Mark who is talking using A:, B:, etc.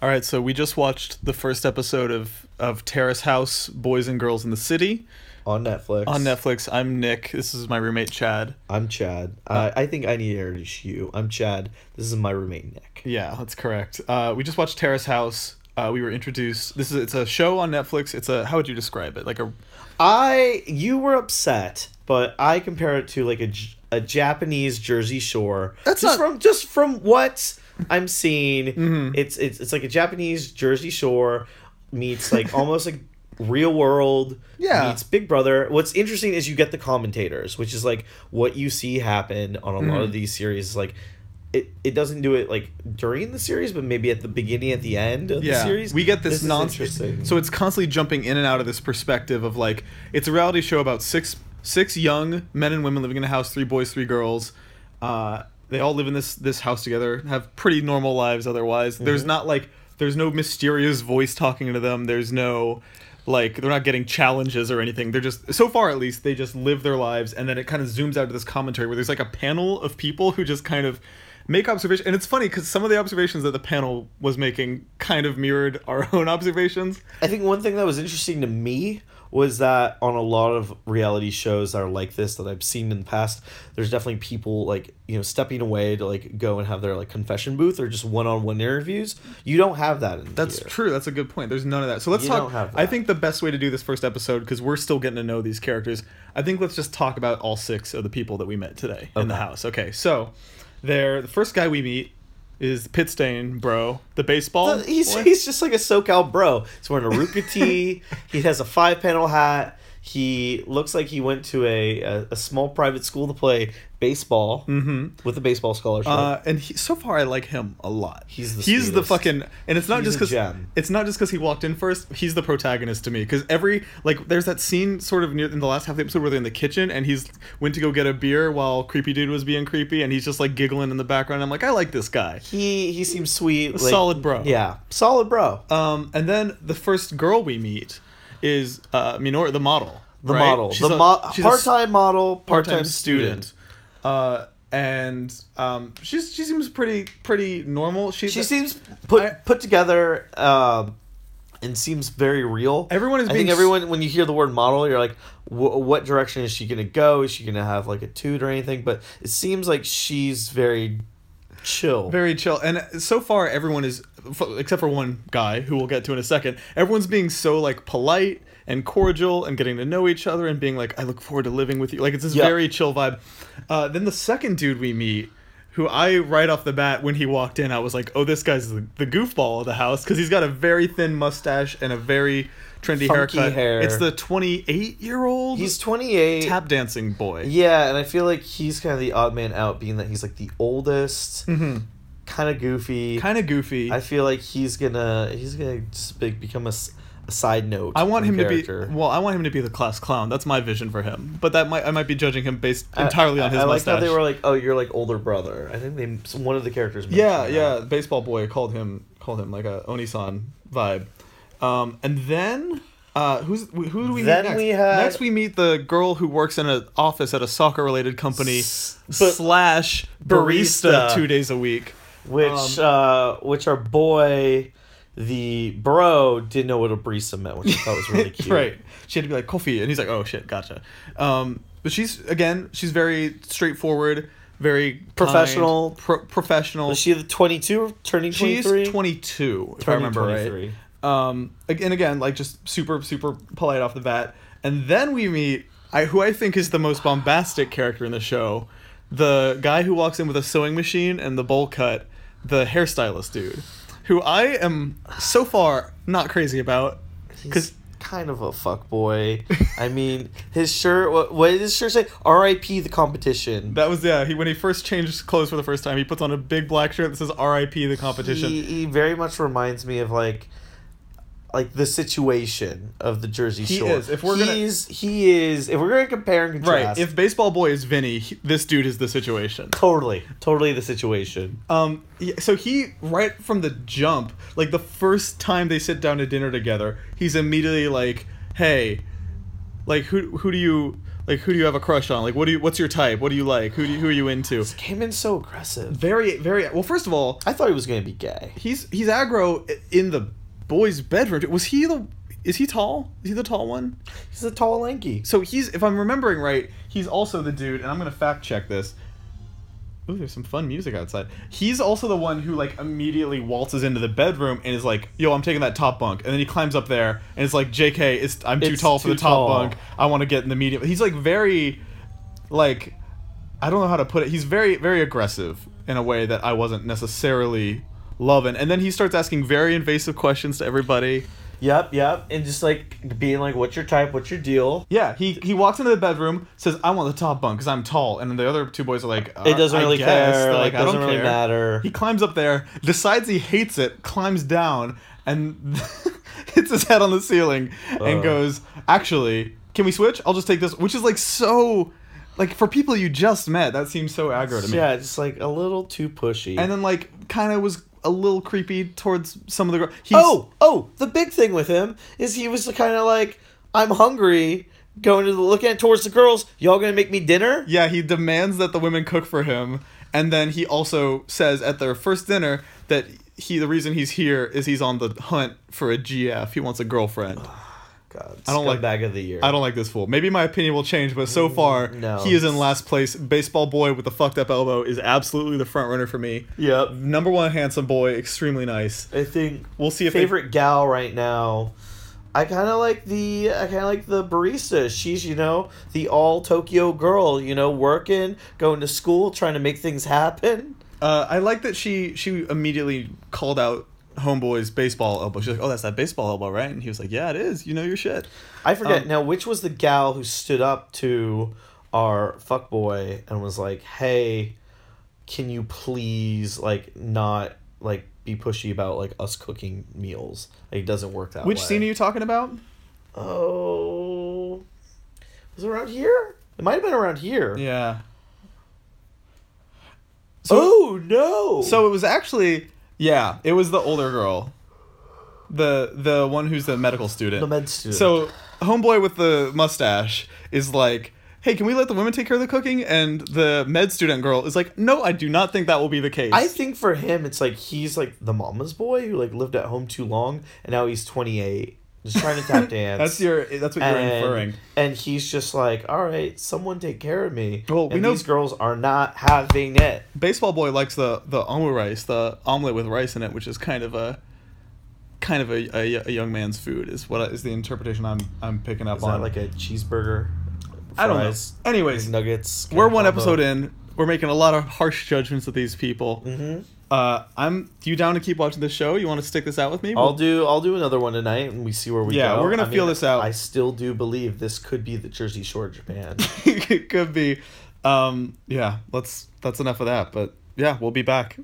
A: All right, so we just watched the first episode of of Terrace House: Boys and Girls in the City
B: on Netflix.
A: on Netflix. I'm Nick. This is my roommate Chad.
B: I'm Chad. Uh, I think I need to introduce you. I'm Chad. This is my roommate Nick.
A: Yeah, that's correct. Uh, we just watched Terrace House. Uh, we were introduced. This is it's a show on Netflix. It's a how would you describe it? Like a
B: I you were upset, but I compare it to like a, J- a Japanese Jersey Shore.
A: That's not-
B: just
A: Mm-hmm.
B: from just from what I'm seeing. It's it's it's like a Japanese Jersey Shore meets like almost like real world
A: Yeah.
B: meets Big Brother. What's interesting is you get the commentators, which is like what you see happen on a
A: Mm-hmm.
B: lot of these series. Like it, it doesn't do it like during the series, but maybe at the beginning, at the end of
A: yeah.
B: the series.
A: We get this,
B: is
A: nonsense.
B: interesting.
A: So it's constantly jumping in and out of this perspective of like it's a reality show about six six young men and women living in a house, three boys, three girls. Uh, they all live in this this house together, have pretty normal lives otherwise. There's not like there's no mysterious voice talking to them. There's no like they're not getting challenges or anything. They're just so far at least they just live their lives and then it kind of zooms out to this commentary where there's like a panel of people who just kind of make observations and it's funny cuz some of the observations that the panel was making kind of mirrored our own observations.
B: I think one thing that was interesting to me was that on a lot of reality shows that are like this that I've seen in the past, there's definitely people like, you know, stepping away to like go and have their like confession booth or just one on one interviews. You don't have that in
A: That's
B: here.
A: true. That's a good point. There's none of that. So let's
B: You
A: talk.
B: don't have
A: I
B: that.
A: think the best way to do this first episode because we're still getting to know these characters. I think let's just talk about all six of the people that we met today in the
B: Okay.
A: house. Okay, so there. The first guy we meet is Pitstain, bro. The baseball.
B: Uh, He's,
A: boy.
B: he's just like a SoCal bro. He's wearing a Ruka tee. he has a five panel hat. He looks like he went to a, a, a small private school to play baseball with a baseball scholarship.
A: Mm-hmm. Uh, and he, so far, I like him a lot.
B: He's the
A: he's the
B: sweetest.
A: fucking and it's not
B: He's
A: just
B: a
A: because
B: gem.
A: it's not just because he walked in first. He's the protagonist to me because every like there's that scene sort of near in the last half of the episode where they're in the kitchen and he's went to go get a beer while creepy dude was being creepy and he's just like giggling in the background. I'm like, I like this guy.
B: he he seems sweet. like-
A: solid bro.
B: Yeah, solid bro.
A: Um, and then the first girl we meet is uh Minora, the model.
B: the
A: right?
B: model,
A: She's
B: the
A: a-
B: mo-
A: she's a s-
B: part-time model,
A: part-time student. Uh, and um, she's she seems pretty pretty normal. She's
B: She seems put put together um, and seems very real.
A: Everyone is
B: I
A: being
B: think
A: s-
B: everyone when you hear the word model, you're like, "Wh- what direction is she gonna go? Is she gonna have like a toot or anything? But it seems like she's very chill.
A: Very chill. And so far, everyone is, f- except for one guy who we'll get to in a second, everyone's being so like polite and cordial and getting to know each other and being like, I look forward to living with you. Like it's this
B: Yeah.
A: very chill vibe. Uh, then the second dude we meet, who I right off the bat when he walked in, I was like, oh, this guy's the, the goofball of the house because he's got a very thin mustache and a very trendy
B: Funky
A: haircut.
B: hair.
A: It's the 28 year old
B: He's 28.
A: tap dancing boy.
B: Yeah, and I feel like he's kind of the odd man out, being that he's like the oldest,
A: Mm-hmm.
B: kind of goofy.
A: Kind of goofy.
B: I feel like he's gonna he's gonna just be- become a, s- a side note.
A: I want
B: in
A: him
B: character.
A: to be well. I want him to be the class clown. That's my vision for him. But that might I might be judging him based
B: I-
A: entirely on his
B: I, I like
A: mustache.
B: how they were like, "Oh, you're like older brother." I think they one of the characters. mentioned
A: yeah,
B: that.
A: yeah. Baseball boy called him called him like a Onisan vibe. Um, and then uh, who's who do we
B: Then
A: meet next?
B: we had-
A: next we meet the girl who works in an office at a soccer related company
B: S- but-
A: slash barista
B: Barista.
A: two days a week.
B: Which, uh,
A: um,
B: which our boy, the bro, didn't know what a barista meant, which I thought was really cute.
A: Right. She had to be like coffee, and he's like, "Oh shit, gotcha." Um, but she's again, she's very straightforward, very kind,
B: Professional.
A: pro- professional.
B: Is she the twenty two turning twenty
A: She's
B: three?
A: 22, if I remember right. Um, ag- and again, like just super, super polite off the bat. And then we meet I, who I think is the most bombastic character in the show, the guy who walks in with a sewing machine and the bowl cut, the hairstylist dude, who I am so far not crazy about. Because
B: Because kind of a fuck boy. I mean, his shirt. What, what did his shirt say? R.I.P. the competition.
A: that was yeah. He when he first changed clothes for the first time, he puts on a big black shirt that says "R.I.P. the competition."
B: He, he very much reminds me of like like the situation of the Jersey
A: He
B: Shore.
A: is. If we're gonna-
B: He's, he is if we're gonna compare and
A: right.
B: contrast.
A: If baseball boy is Vinny, he- this dude is the situation.
B: totally, totally the situation.
A: Um, he- so he right from the jump, like the first time they sit down to dinner together, he's immediately like, "Hey, like who who do you like who do you have a crush on? Like what do you what's your type? What do you like? Who do you, who are you into?
B: This came in so aggressive.
A: Very very well. First of all,
B: I thought he was gonna be gay.
A: he's he's aggro i- in the boy's bedroom. Was he the is he tall? Is he the tall one?
B: He's a tall lanky.
A: So he's if I'm remembering right, he's also the dude, and I'm gonna fact check this. Ooh, there's some fun music outside. He's also the one who like immediately waltzes into the bedroom and is like, "Yo, I'm taking that top bunk," and then he climbs up there and it's like, "JK, it's I'm too
B: It's
A: tall for
B: too
A: the top
B: tall.
A: bunk. I want to get in the medium." He's like very, like, I don't know how to put it. He's very very aggressive in a way that I wasn't necessarily loving. And then he starts asking very invasive questions to everybody.
B: Yep, yep. And just like being like, what's your type? What's your deal?
A: Yeah, he he walks into the bedroom, says, "I want the top bunk because I'm tall," and the other two boys are like,
B: It doesn't
A: "Uh, I
B: really
A: guess."
B: care.
A: They're
B: Like,
A: "I don't
B: doesn't really
A: care."
B: matter.
A: He climbs up there, decides he hates it, climbs down, and hits his head on the ceiling,
B: Uh.
A: and goes, "Actually, can we switch? I'll just take this," which is like so, like for people you just met, that seems so aggro to me.
B: Yeah, just like a little too pushy.
A: And then like kind of was a little creepy towards some of the girls.
B: oh, oh, the big thing with him is he was kind of like, I'm hungry, going to the, looking at towards the girls. Y'all gonna make me dinner?
A: Yeah, he demands that the women cook for him, and then he also says at their first dinner that he the reason he's here is he's on the hunt for a GF. He wants a girlfriend.
B: God,
A: I don't like-
B: bag of the year.
A: I don't like this fool. Maybe my opinion will change, but so far
B: no.
A: he is in last place. Baseball boy with the fucked up elbow is absolutely the front runner for me.
B: Yep.
A: Number one handsome boy, extremely nice.
B: I think
A: We'll see if they-
B: favorite gal right now. I kind of like the I kind of like the barista. She's you know the all Tokyo girl. You know working, going to school, trying to make things happen.
A: Uh, I like that she she immediately called out homeboy's baseball elbow. She's like, "Oh, that's that baseball elbow, right?" And he was like, "Yeah, it is. You know your shit."
B: I forget
A: Um,
B: now which was the gal who stood up to our fuck boy and was like, "Hey, can you please like not like be pushy about like us cooking meals? Like, it doesn't work that
A: Which
B: way."
A: scene are you talking about?
B: Oh, was it around here? It might have been around here.
A: Yeah.
B: oh no!
A: So it was actually yeah, it was the older girl. The the one who's the medical student.
B: The med student.
A: So homeboy with the mustache is like, "Hey, can we let the women take care of the cooking?" And the med student girl is like, "No, I do not think that will be the case."
B: I think for him, it's like he's like the mama's boy who like lived at home too long, and now he's twenty eight, just trying to tap dance.
A: that's your that's what you're inferring.
B: And he's just like, all right, someone take care of me.
A: Well,
B: and
A: we know-
B: these girls are not having it.
A: Baseball boy likes the the omu rice, the omelet with rice in it, which is kind of a kind of a, a, a young man's food is what I- is the interpretation I'm I'm picking up
B: Is
A: on.
B: that like a cheeseburger?
A: I don't know.
B: Fries,
A: Anyways,
B: nuggets. kinda
A: We're one
B: combo?
A: episode in. We're making a lot of harsh judgments of these people.
B: Mhm.
A: Uh, I'm you down to keep watching the show? You want to stick this out with me?
B: I'll do. I'll do another one tonight, and we see where we
A: Yeah,
B: go.
A: we're gonna
B: I
A: feel this out.
B: I still do believe this could be the Jersey Shore, Japan.
A: it could be. Um, yeah, let's. That's enough of that. But yeah, we'll be back.